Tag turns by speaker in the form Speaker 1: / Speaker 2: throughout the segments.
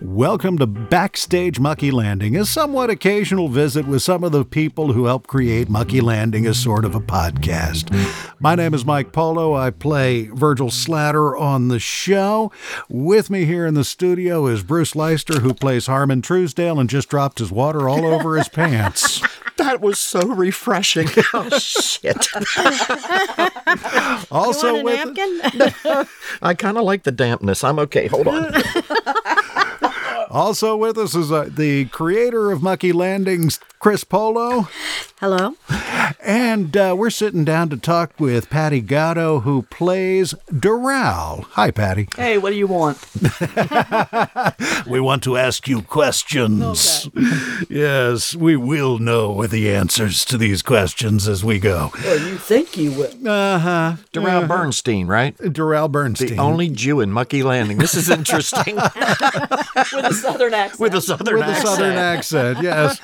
Speaker 1: Welcome to Backstage Mucky Landing, a somewhat occasional visit with some of the people who helped create Mucky Landing as sort of a podcast. My name is Mike Polo. I play Virgil Slatter on the show. With me here in the studio is Bruce Leister, who plays Harmon Truesdale and just dropped his water all over his pants.
Speaker 2: That was so refreshing. Oh, shit.
Speaker 1: Also
Speaker 3: you want
Speaker 1: with
Speaker 3: a napkin?
Speaker 2: I kind of like the dampness. I'm okay. Hold on.
Speaker 1: also with us is uh, the creator of Mucky Landings, Chris Polo.
Speaker 3: Hello.
Speaker 1: And uh, we're sitting down to talk with Patty Gatto, who plays Doral. Hi, Patty.
Speaker 4: Hey, what do you want?
Speaker 1: We want to ask you questions. yes, we will know the answers to these questions as we go.
Speaker 4: Well, you think you will.
Speaker 2: Darrell Bernstein, right?
Speaker 1: Uh-huh. Doral Bernstein.
Speaker 2: The only Jew in Mucky Landing. This is interesting.
Speaker 4: With a southern accent.
Speaker 2: With a southern
Speaker 1: with a
Speaker 2: accent.
Speaker 1: southern accent, yes.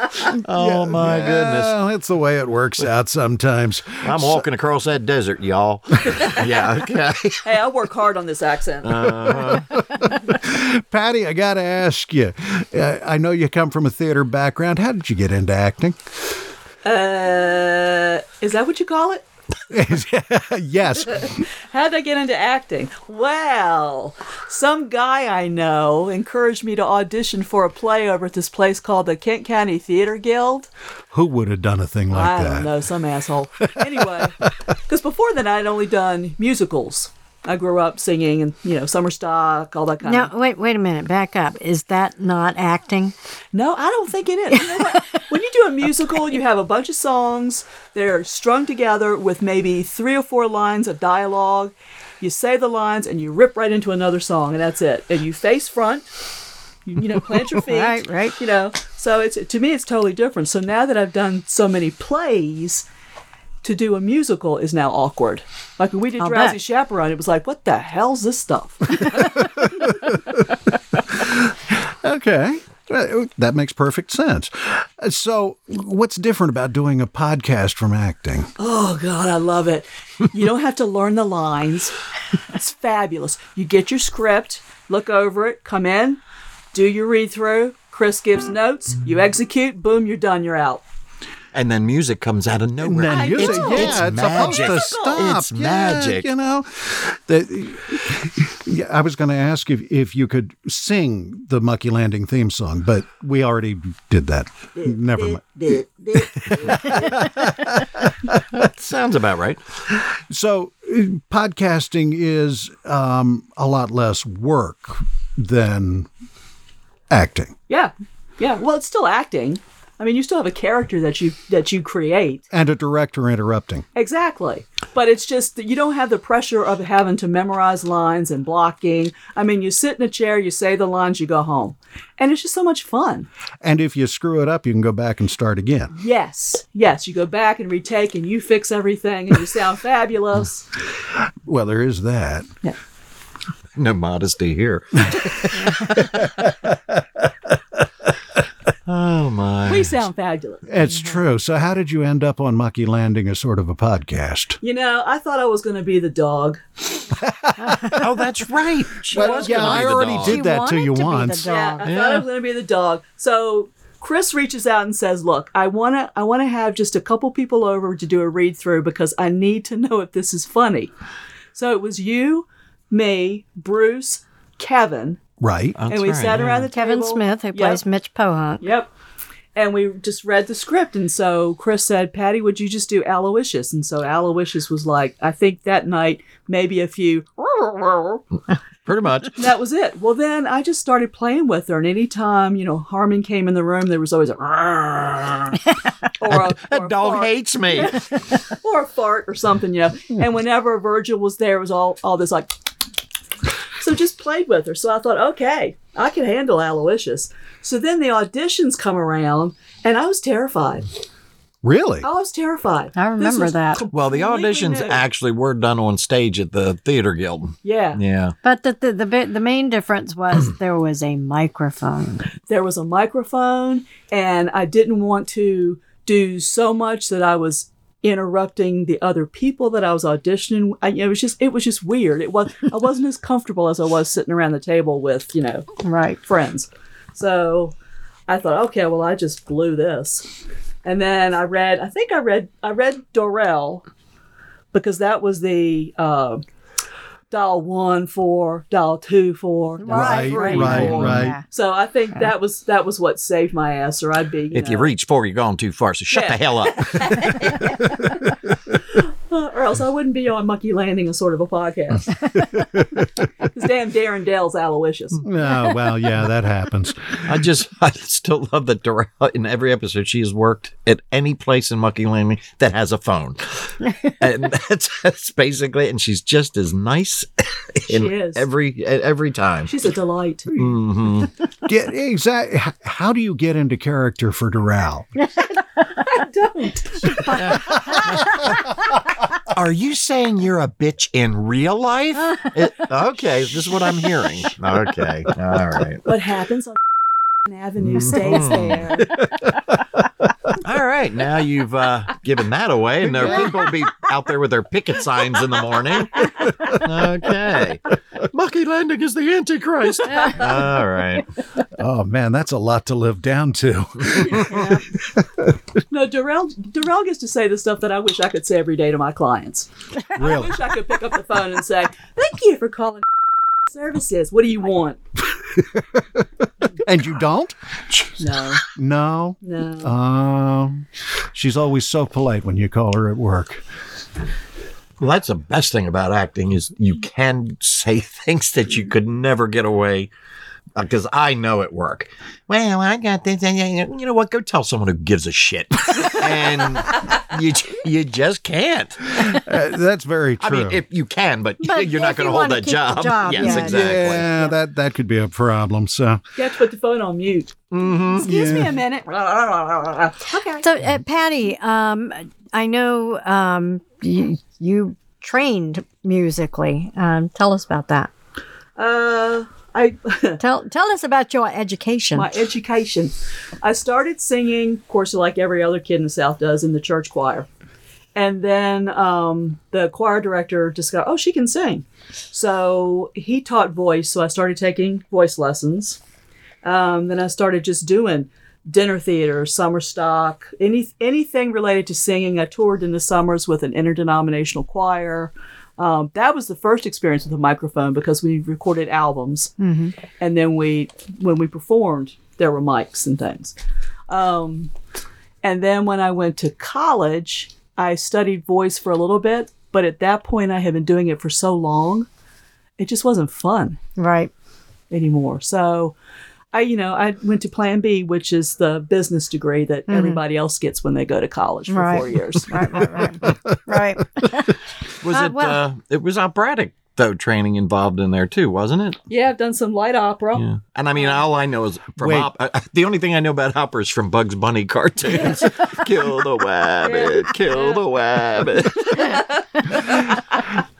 Speaker 2: Oh, my goodness.
Speaker 1: Well, it's the way it works out sometimes.
Speaker 2: I'm walking across that desert, y'all. yeah, okay.
Speaker 4: hey, I work hard on this accent.
Speaker 1: Patty, I got to ask you. Uh, I know you come from a theater background. How did you get into acting?
Speaker 4: uh, is that what you call it?
Speaker 1: yes.
Speaker 4: How'd I get into acting? Well, some guy I know encouraged me to audition for a play over at this place called the Kent County Theater Guild.
Speaker 1: Who would have done a thing like
Speaker 4: I
Speaker 1: that?
Speaker 4: don't know, some asshole. Anyway, because before then I'd only done musicals. I grew up singing and, you know, summer stock, all that kind of
Speaker 3: Now, wait, wait a minute. Back up. Is that not acting?
Speaker 4: No, I don't think it is. You know what? when you do a musical, you have a bunch of songs. They're strung together with maybe three or four lines of dialogue. You say the lines and you rip right into another song, and that's it. And you face front. You, you know, plant your feet.
Speaker 3: Right, right.
Speaker 4: You know, so it's to me, it's totally different. So now that I've done so many plays. To do a musical is now awkward. Like when we did
Speaker 3: I'll
Speaker 4: Drowsy
Speaker 3: bet.
Speaker 4: Chaperone, it was like, what the hell's this stuff?
Speaker 1: Okay. Well, That makes perfect sense. Uh, So, what's different about doing a podcast from acting?
Speaker 4: Oh God, I love it. You don't have to learn the lines. It's fabulous. You get your script, look over it, come in, do your read through. Chris gives notes. You execute. Boom, you're done. You're out.
Speaker 2: And then music comes out of nowhere.
Speaker 1: Then you
Speaker 2: it's,
Speaker 1: say,
Speaker 2: it's
Speaker 1: yeah, it's, supposed
Speaker 2: magic.
Speaker 1: to stop.
Speaker 2: It's
Speaker 1: Yeah,
Speaker 2: magic.
Speaker 1: You know, The- yeah, I was going to ask if, if you could sing the Mucky Landing theme song, but we already did that. Never mind.
Speaker 2: Sounds about right.
Speaker 1: So, uh, podcasting is um, a lot less work than acting.
Speaker 4: Yeah, yeah. Well, it's still acting. I mean, you still have a character that you that you create.
Speaker 1: And a director interrupting.
Speaker 4: Exactly. But it's just that you don't have the pressure of having to memorize lines and blocking. I mean, you sit in a chair, you say the lines, you go home, and it's just so much fun.
Speaker 1: And if you screw it up, you can go back and start again.
Speaker 4: Yes, yes. You go back and retake, and you fix everything, and you sound fabulous.
Speaker 1: Well, there is that.
Speaker 4: Yeah.
Speaker 2: No modesty here. oh, my.
Speaker 4: We sound fabulous.
Speaker 1: It's true. So, how did you end up on Mucky Landing as sort of a podcast?
Speaker 4: You know, I thought I was going to be the dog.
Speaker 2: Oh, that's right. She was
Speaker 1: yeah,
Speaker 2: gonna
Speaker 1: I
Speaker 2: be the
Speaker 1: already
Speaker 2: dog.
Speaker 1: did
Speaker 3: She
Speaker 1: that to
Speaker 3: wanted
Speaker 1: you
Speaker 3: to be the
Speaker 1: once.
Speaker 3: dog.
Speaker 4: Yeah, I thought I was going to be the dog. So Chris reaches out and says, "Look, I want to I want to have just a couple people over to do a read through because I need to know if this is funny." So it was you, me, Bruce, Kevin,
Speaker 1: Right.
Speaker 2: That's
Speaker 4: and we
Speaker 2: right,
Speaker 4: sat
Speaker 2: yeah.
Speaker 4: around the
Speaker 3: Kevin
Speaker 4: table.
Speaker 3: Smith, who
Speaker 4: Yep.
Speaker 3: plays Mitch Pohunk.
Speaker 4: Yep. And we just read the script. And so Chris said, Patty, would you just do Aloysius? And so Aloysius was like, I think that night, maybe a few.
Speaker 2: Pretty much.
Speaker 4: And that was it. Well, then I just started playing with her. And anytime, you know, Harmon came in the room, there was always a. or a, or
Speaker 2: That dog
Speaker 4: fart,
Speaker 2: hates me.
Speaker 4: Or a fart or something, you know. And whenever Virgil was there, it was all, all this like. So just played with her. So I thought, okay, I can handle Aloysius. So then the auditions come around, and I was terrified.
Speaker 1: Really?
Speaker 4: I was terrified.
Speaker 3: I
Speaker 4: This
Speaker 3: remember
Speaker 4: was
Speaker 3: that.
Speaker 4: completely
Speaker 2: Well, the auditions
Speaker 4: new.
Speaker 2: actually were done on stage at the Theater Guild.
Speaker 4: Yeah,
Speaker 2: Yeah.
Speaker 3: But the, the, the, bi- the main difference was there was a microphone.
Speaker 4: there was a microphone, and I didn't want to do so much that I was interrupting the other people that I was auditioning. I, it was just it was just weird. It was I wasn't as comfortable as I was sitting around the table with you know
Speaker 3: Right.
Speaker 4: friends. So I thought, okay, well, I just blew this. And then I read, I think I read, I read Dorel because that was the uh, dial one for, dial two for. dial
Speaker 1: Right,
Speaker 4: three
Speaker 1: right,
Speaker 4: for.
Speaker 1: right.
Speaker 3: Yeah.
Speaker 4: So I think that was that was what saved my ass, or I'd be. You
Speaker 2: If you
Speaker 4: know,
Speaker 2: reach four, you're gone too far. So shut
Speaker 4: Yeah.
Speaker 2: the hell up.
Speaker 4: or else I wouldn't be on Monkey Landing, a sort of a podcast. Because damn, Darren Dale's Aloysius.
Speaker 1: Oh, well, yeah, that happens.
Speaker 2: I just, I still love that Dorel in every episode she has worked at any place in Monkey Landing that has a phone. and that's, that's basically, and she's just as nice in
Speaker 4: She is.
Speaker 2: every e, every time.
Speaker 4: She's a delight.
Speaker 2: hmm
Speaker 1: Get, exactly. How do you get into character for Doral?
Speaker 4: I don't.
Speaker 2: Are you saying you're a bitch in real life? It- okay, this is what I'm hearing. Okay, all right.
Speaker 4: What happens on Avenue stays
Speaker 2: Mm-hmm.
Speaker 4: there.
Speaker 2: All right, now you've uh, given that away, and there are people will be out there with their picket signs in the morning. Okay. Mucky Landing is the Antichrist. All right.
Speaker 1: Oh, man, that's a lot to live down to.
Speaker 4: No, Darrell, Darrell gets to say the stuff that I wish I could say every day to my clients. I
Speaker 1: Really?
Speaker 4: wish I could pick up the phone and say, "Thank you for calling services. What do you want?"
Speaker 1: And you don't?
Speaker 4: No,
Speaker 1: No.
Speaker 4: no.
Speaker 1: Um, she's always so polite when you call her at work.
Speaker 2: Well, that's the best thing about acting is you can say things that you could never get away. Because I know at work. Well, I got this. And, and- you know what? Go tell someone who gives a shit, and you j- you just can't.
Speaker 1: Uh, that's very
Speaker 2: I
Speaker 1: true.
Speaker 2: mean, if you can, but,
Speaker 3: But
Speaker 2: you're not
Speaker 3: if you
Speaker 2: going to hold
Speaker 3: wanna
Speaker 2: that
Speaker 3: keep the
Speaker 2: job.
Speaker 3: job,
Speaker 2: Yes,
Speaker 3: yeah.
Speaker 2: exactly.
Speaker 1: Yeah, that that could be a problem. So
Speaker 4: You have to put the phone on mute.
Speaker 2: Mm-hmm.
Speaker 4: Excuse me a minute. okay.
Speaker 3: So, uh, Patty, um, I know um, you, you trained musically. Um, tell us about that.
Speaker 4: Uh, I.
Speaker 3: Tell tell us about your education.
Speaker 4: My education. I started singing, of course, like every other kid in the South does, in the church choir. And then um, the choir director discovered, oh, she can sing. So he taught voice. So I started taking voice lessons. Um, then I started just doing dinner theater, summer stock, any, anything related to singing. I toured in the summers with an interdenominational choir. Um, that was the first experience with a microphone because we recorded albums and then we when we performed there were mics and things um, and then when i went to college i studied voice for a little bit but at that point i had been doing it for so long it just wasn't fun
Speaker 3: right.
Speaker 4: anymore so i you know i went to plan b which is the business degree that everybody else gets when they go to college for four
Speaker 3: Right.
Speaker 4: years
Speaker 3: Right, right, right. right.
Speaker 2: Was
Speaker 3: Uh,
Speaker 2: it?
Speaker 3: well-
Speaker 2: uh, it was operatic though. Training involved in there too, wasn't it?
Speaker 4: yeah i've done some light opera
Speaker 2: Yeah. And I
Speaker 3: Uh,
Speaker 2: mean, all I know is from
Speaker 1: Wait.
Speaker 2: op- uh, the only thing I know about opera is from Bugs Bunny cartoons. kill the rabbit, kill the rabbit.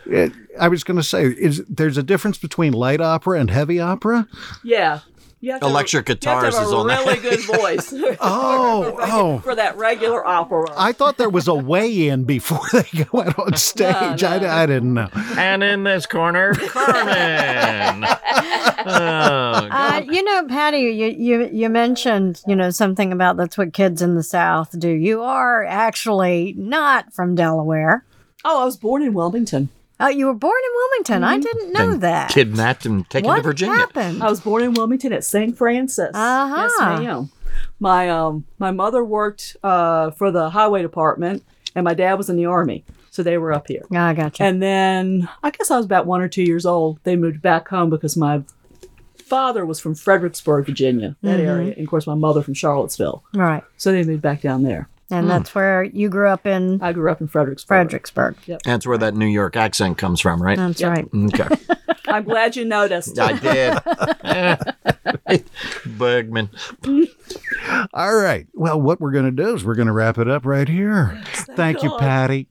Speaker 1: it, I was going to say, is there's a difference between light opera and heavy opera?
Speaker 4: yeah, You have to have a-
Speaker 2: Electric
Speaker 4: you have to have
Speaker 2: guitarist is
Speaker 4: a
Speaker 2: on that.
Speaker 4: really good voice
Speaker 1: Oh, oh.
Speaker 4: for that regular opera
Speaker 1: I thought there was a weigh in before they go out on stage. I- I, didn't know.
Speaker 2: and in this corner, Carmen. oh,
Speaker 3: Uh, you know, Patty, you, you you mentioned you know something about that's what kids in the South do. You are actually not from Delaware.
Speaker 4: Oh, I was born in Wilmington.
Speaker 3: Oh, you were born in Wilmington. I didn't know
Speaker 2: Been
Speaker 3: that.
Speaker 2: kidnapped and taken
Speaker 3: what
Speaker 2: to Virginia.
Speaker 3: happened?
Speaker 4: I was born in Wilmington at St. Francis.
Speaker 3: Uh-huh.
Speaker 4: Yes, ma'am. My um, my mother worked uh, for the highway department, and my dad was in the army, so they were up here.
Speaker 3: Oh, I got you.
Speaker 4: And then I guess I was about one or two years old. They moved back home because my father was from Fredericksburg, Virginia, that area, and of course my mother from Charlottesville.
Speaker 3: right,
Speaker 4: So they moved back down there.
Speaker 3: and that's where you grew up in
Speaker 4: I grew up in Fredericksburg.
Speaker 3: Fredericksburg.
Speaker 2: That's where that New York accent comes from, right?
Speaker 3: That's right.
Speaker 2: Okay.
Speaker 4: I'm glad you noticed.
Speaker 2: I did. Bergman.
Speaker 1: All right. Well, what we're going to do is we're going to wrap it up right here. Thank you,
Speaker 4: God.
Speaker 1: Patty.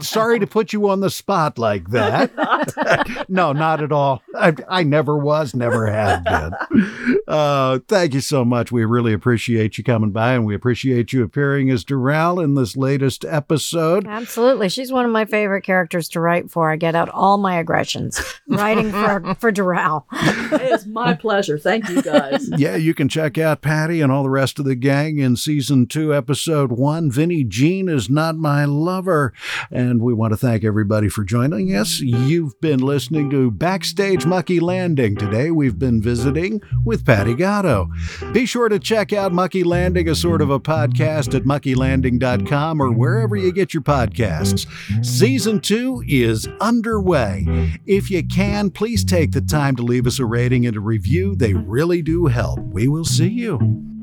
Speaker 1: Sorry to put you on the spot like that. no, not at all. I, I never was, never have been. Uh, thank you so much. We really appreciate you coming by and we appreciate you appearing as Doral in this latest episode.
Speaker 3: Absolutely. She's one of my favorite characters to write for. I get out all my aggressions writing for, for Doral.
Speaker 4: It is my pleasure. Thank you guys.
Speaker 1: Yeah, you can check out Patty and all the rest of the gang in season two, episode one. Vinnie Jean is not my lover. And we want to thank everybody for joining us. You've been listening to Backstage Mucky Landing. Today we've been visiting with Patty Gatto. Be sure to check out Mucky Landing, a sort of a podcast at muckylanding.com or wherever you get your podcasts. Season two is underway. If you can, please take the time to leave us a rating and a review. They really do help. We will see you.